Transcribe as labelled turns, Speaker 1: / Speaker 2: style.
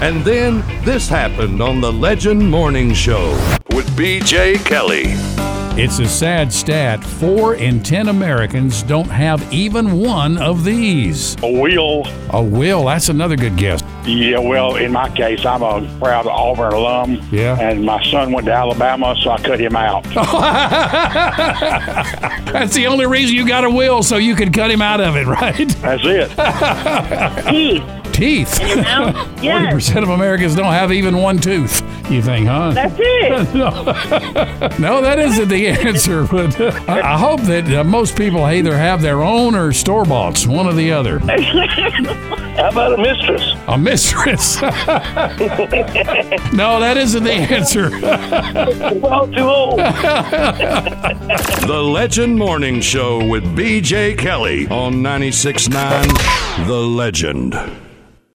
Speaker 1: And then this happened on the Legend Morning Show with BJ Kelly.
Speaker 2: It's a sad stat. Four in ten Americans don't have even one of these.
Speaker 3: A wheel.
Speaker 2: A will, that's another good guess.
Speaker 3: Yeah, well, in my case, I'm a proud Auburn alum.
Speaker 2: Yeah.
Speaker 3: And my son went to Alabama, so I cut him out.
Speaker 2: That's the only reason you got a will, so you could cut him out of it, right?
Speaker 3: That's it.
Speaker 4: teeth.
Speaker 2: Teeth.
Speaker 4: You know? yes,
Speaker 2: 40% of Americans don't have even one tooth, you think, huh?
Speaker 4: that's it.
Speaker 2: No, that isn't the answer. But I I hope that uh, most people either have their own or store boughts, one or the other.
Speaker 3: How about a mistress?
Speaker 2: A mistress. no, that isn't the answer.
Speaker 3: Well, too old.
Speaker 1: The Legend Morning Show with BJ Kelly on 96.9 The Legend.